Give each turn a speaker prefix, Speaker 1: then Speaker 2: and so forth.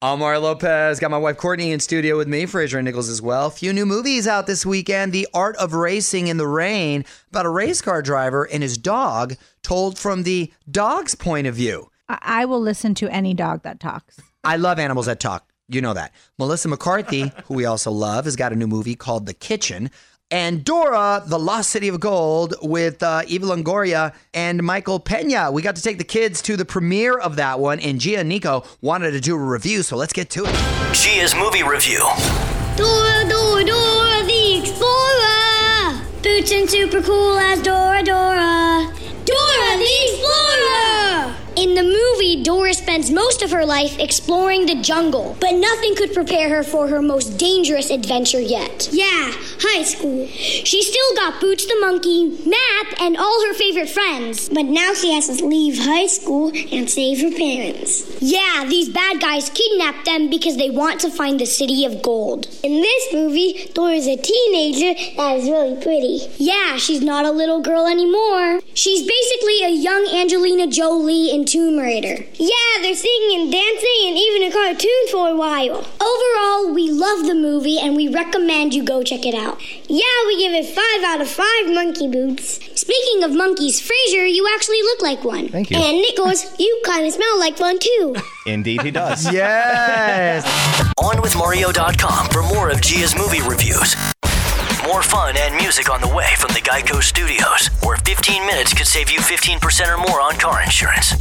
Speaker 1: Amar Lopez got my wife Courtney in studio with me, Fraser and Nichols as well. Few new movies out this weekend: The Art of Racing in the Rain, about a race car driver and his dog, told from the dog's point of view.
Speaker 2: I, I will listen to any dog that talks.
Speaker 1: I love animals that talk. You know that. Melissa McCarthy, who we also love, has got a new movie called The Kitchen. And Dora, The Lost City of Gold, with uh, Eva Longoria and Michael Pena. We got to take the kids to the premiere of that one, and Gia and Nico wanted to do a review, so let's get to it.
Speaker 3: Gia's movie review.
Speaker 4: Dora, Dora, Dora the Explorer! Boots and super cool as Dora, Dora. Dora the Explorer! In the movie, Dora spends most of her life exploring the jungle, but nothing could prepare her for her most dangerous adventure yet. Yeah, high school. She still got Boots the monkey, Map, and all her favorite friends. But now she has to leave high school and save her parents. Yeah, these bad guys kidnap them because they want to find the city of gold. In this movie, Dora's a teenager that is really pretty. Yeah, she's not a little girl anymore. She's basically a young Angelina Jolie in Tomb Raider. Yeah, they're singing and dancing and even a cartoon for a while. Overall, we love the movie and we recommend you go check it out. Yeah, we give it 5 out of 5 monkey boots. Speaking of monkeys, Fraser, you actually look like one.
Speaker 5: Thank you.
Speaker 4: And Nichols, you kind of smell like one too.
Speaker 5: Indeed, he does.
Speaker 1: Yes.
Speaker 3: OnWithMario.com for more of Gia's movie reviews. More fun and music on the way from the Geico Studios, where 15 minutes could save you 15% or more on car insurance.